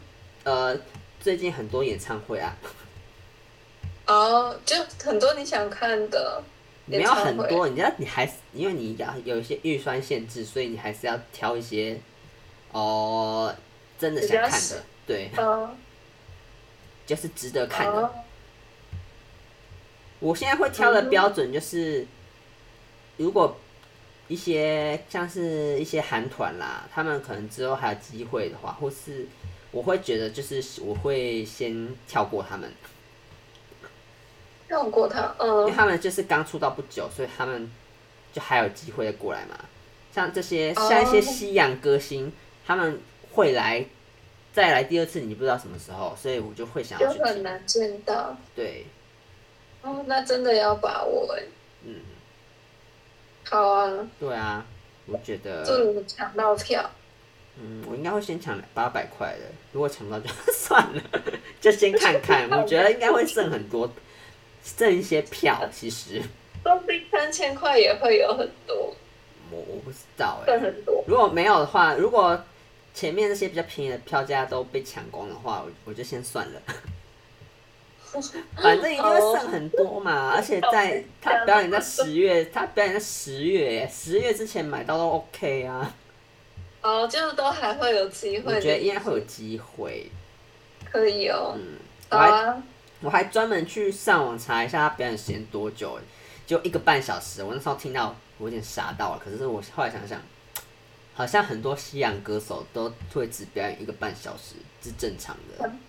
呃，最近很多演唱会啊，哦，就很多你想看的没演有唱会很多，你知道，你还是因为你要有一些预算限制，所以你还是要挑一些哦、真的想比较看喜的，对，哦，就是值得看的。哦，我现在会挑的嗯标准就是，如果一些像是一些韩团啦，他们可能之后还有机会的话，或是我会觉得就是我会先跳过他们，跳过他，因为嗯，他们就是刚出道不久，所以他们就还有机会过来嘛。像这些哦像一些西洋歌星，他们会来再来第二次，你不知道什么时候，所以我就会想就要去很听。难见到。对，哦，那真的要把握哎。嗯，好啊，对啊，我觉得，祝你抢到票。嗯，我应该会先抢八百块的，如果抢不到就 算了，就先看看。我觉得应该会剩很多，剩一些票。其实说不定三千块也会有很多，我我不知道哎、更很多。如果没有的话，如果前面那些比较便宜的票价都被抢光的话，我我就先算了。反正一定会剩很多嘛，而且在他表演在十月，他表演在十月，十月之前买到都 OK 啊。哦，就是都还会有机我会，觉得应该会有机会。可以哦。嗯，我好还啊，我还专门去上网查一下他表演时间多久，就一个半小时。我那时候听到我有点傻到了，可是我后来想想，好像很多西洋歌手都会只表演一个半小时是正常的。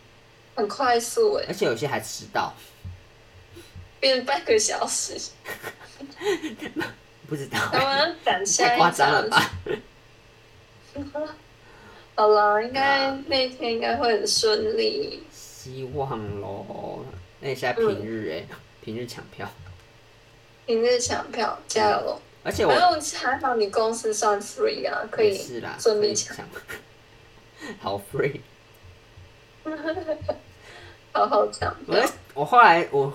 很快速哎，而且有些还迟到，变半个小时， 不知道、 哎他们赶下太一夸场。张了吧？好了，应该啊那天应该会很顺利。希望喽。那你现在平日哎、嗯平日抢票，明日抢票，加油！而且反我正还好你公司算 free 啊，可也以是啦，顺可以利抢，抢， 好 free。好好抢我票哎啊在。我后来我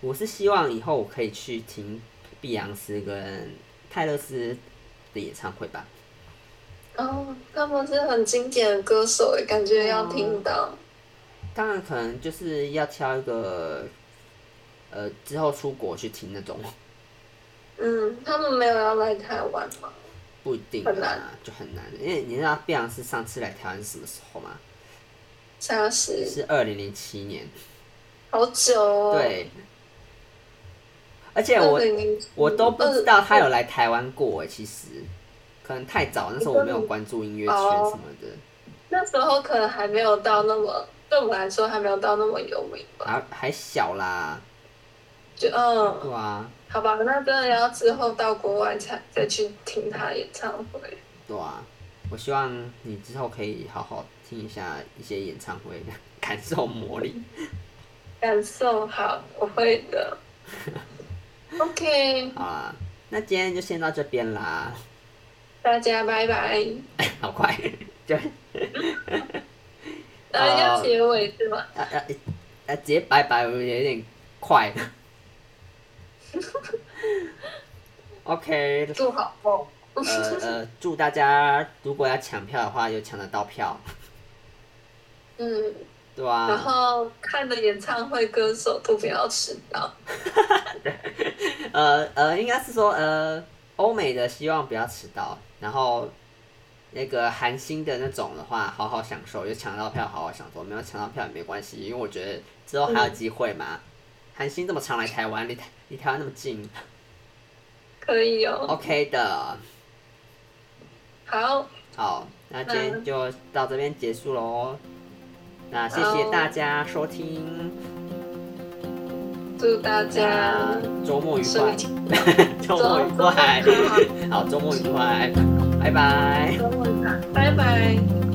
我是希望以后我可以去听碧昂斯跟泰勒斯的演唱会吧。哦，他们是很经典的歌手诶，感觉要哦听到。当然，可能就是要挑一个，呃，之后出国去听那种，嗯，他们没有要来台湾吗？不一定很难啊，就很难。因为你知道碧昂斯上次来台湾是什么时候吗？啥时？是二零零七年。啊好久哦。，对，而且我我都不知嗯道他有来台湾过哎，其实可能太早，那时候我没有关注音乐圈哦什么的，那时候可能还没有到那么，对我们来说还没有到那么有名吧。还还小啦，就嗯，对啊，好吧，那真的要之后到国外才再去听他演唱会。对啊，我希望你之后可以好好听一下一些演唱会， 感受魔力。感受好，我会的。OK，好啦，那今天就先到这边啦，大家拜拜。好快， 就呃，要结尾是吗？啊啊啊！直接拜拜，我有点快 了。OK，祝好梦。呃呃，祝大家如果要抢票的话，有抢得到票，嗯，对啊吧、然后看的演唱会歌手都不要迟到。呃呃，应该是说呃，欧美的希望不要迟到，然后那个韩星的那种的话，好好享受，有抢到票好好享受，没有抢到票也没关系，因为我觉得之后还有机会嘛。韩星这么常来台湾，离台离台湾那么近可以哦。 ，OK 的。好，好，那今天就到这边结束喽。那谢谢大家收听，祝大家那周末愉身快，体 周末愉快，好，周末愉快，拜拜。周末愉快，拜拜。